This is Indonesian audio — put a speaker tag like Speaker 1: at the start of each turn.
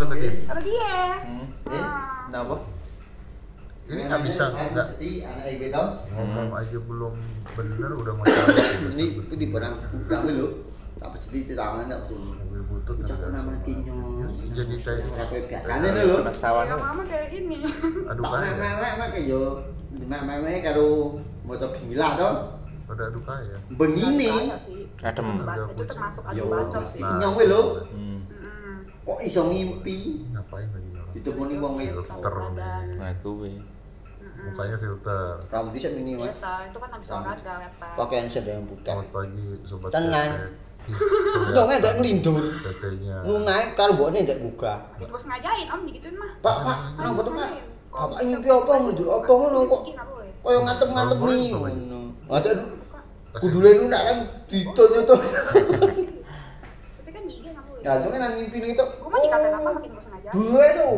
Speaker 1: kata dia
Speaker 2: sama dia
Speaker 3: Hmm.
Speaker 4: Eh?
Speaker 3: Kenapa?
Speaker 1: ini nggak bisa nggak
Speaker 4: Seti, anak yang gitu.
Speaker 1: ngomong aja belum bener udah masalah
Speaker 4: Ini itu di barang kamu lo. Tak pasti di tangan tak pasti.
Speaker 1: mobil butut
Speaker 4: Ucap
Speaker 1: nggak-
Speaker 4: nama tinya.
Speaker 1: jadi kayak
Speaker 4: Rakyat biasanya deh lo.
Speaker 3: Penasaran
Speaker 2: ya
Speaker 3: lu.
Speaker 2: mama dari ini
Speaker 1: adu
Speaker 4: Tak
Speaker 1: kaya
Speaker 4: mewek-mewek mak yo. Mewek-mewek karo maca bismillah to.
Speaker 1: pada adu kaya
Speaker 4: Benine.
Speaker 2: Bacot sih.
Speaker 3: Adem.
Speaker 2: Ba- itu termasuk adu
Speaker 4: Yo,
Speaker 2: bacot
Speaker 4: mesti
Speaker 2: sih
Speaker 1: Nah.
Speaker 4: kenyang we lo.
Speaker 3: Hmm.
Speaker 2: Mm-mm.
Speaker 4: Kok iso ngimpi?
Speaker 1: ngapain lagi orang
Speaker 4: Ditemoni wong itu.
Speaker 1: filter
Speaker 2: Badan.
Speaker 3: Nah, kuwi.
Speaker 2: Mm-mm.
Speaker 1: mukanya filter
Speaker 4: Rambut bisa mini
Speaker 2: Iya,
Speaker 4: mas.
Speaker 2: toh. hmm. itu kan habis olahraga lepas
Speaker 4: Pakaian sedang
Speaker 1: selamat
Speaker 4: bukan.
Speaker 1: pagi sobat
Speaker 4: Tenang.
Speaker 1: teteh.
Speaker 4: Dong ndak ngelindur.
Speaker 1: tetenya
Speaker 4: Lu naik karo mbokne ndak buka.
Speaker 2: itu ngajain om digituin mah
Speaker 4: Pak, pak, nang betul Ah, pak. Bapak ngimpi apa ngundur apa ngono kok
Speaker 2: Miskin apa kan boleh?
Speaker 4: koyo ngantem-ngantem ni
Speaker 1: Apa ini?
Speaker 4: ngono. Ada
Speaker 1: Kasih.
Speaker 4: kudule lu nak kan ditonyoto.
Speaker 2: tapi kan gigi nggak boleh
Speaker 4: Ya, itu kan nang ngimpi ni tok.
Speaker 2: gue mah dikatain apa makin gue sengaja
Speaker 4: Dulu itu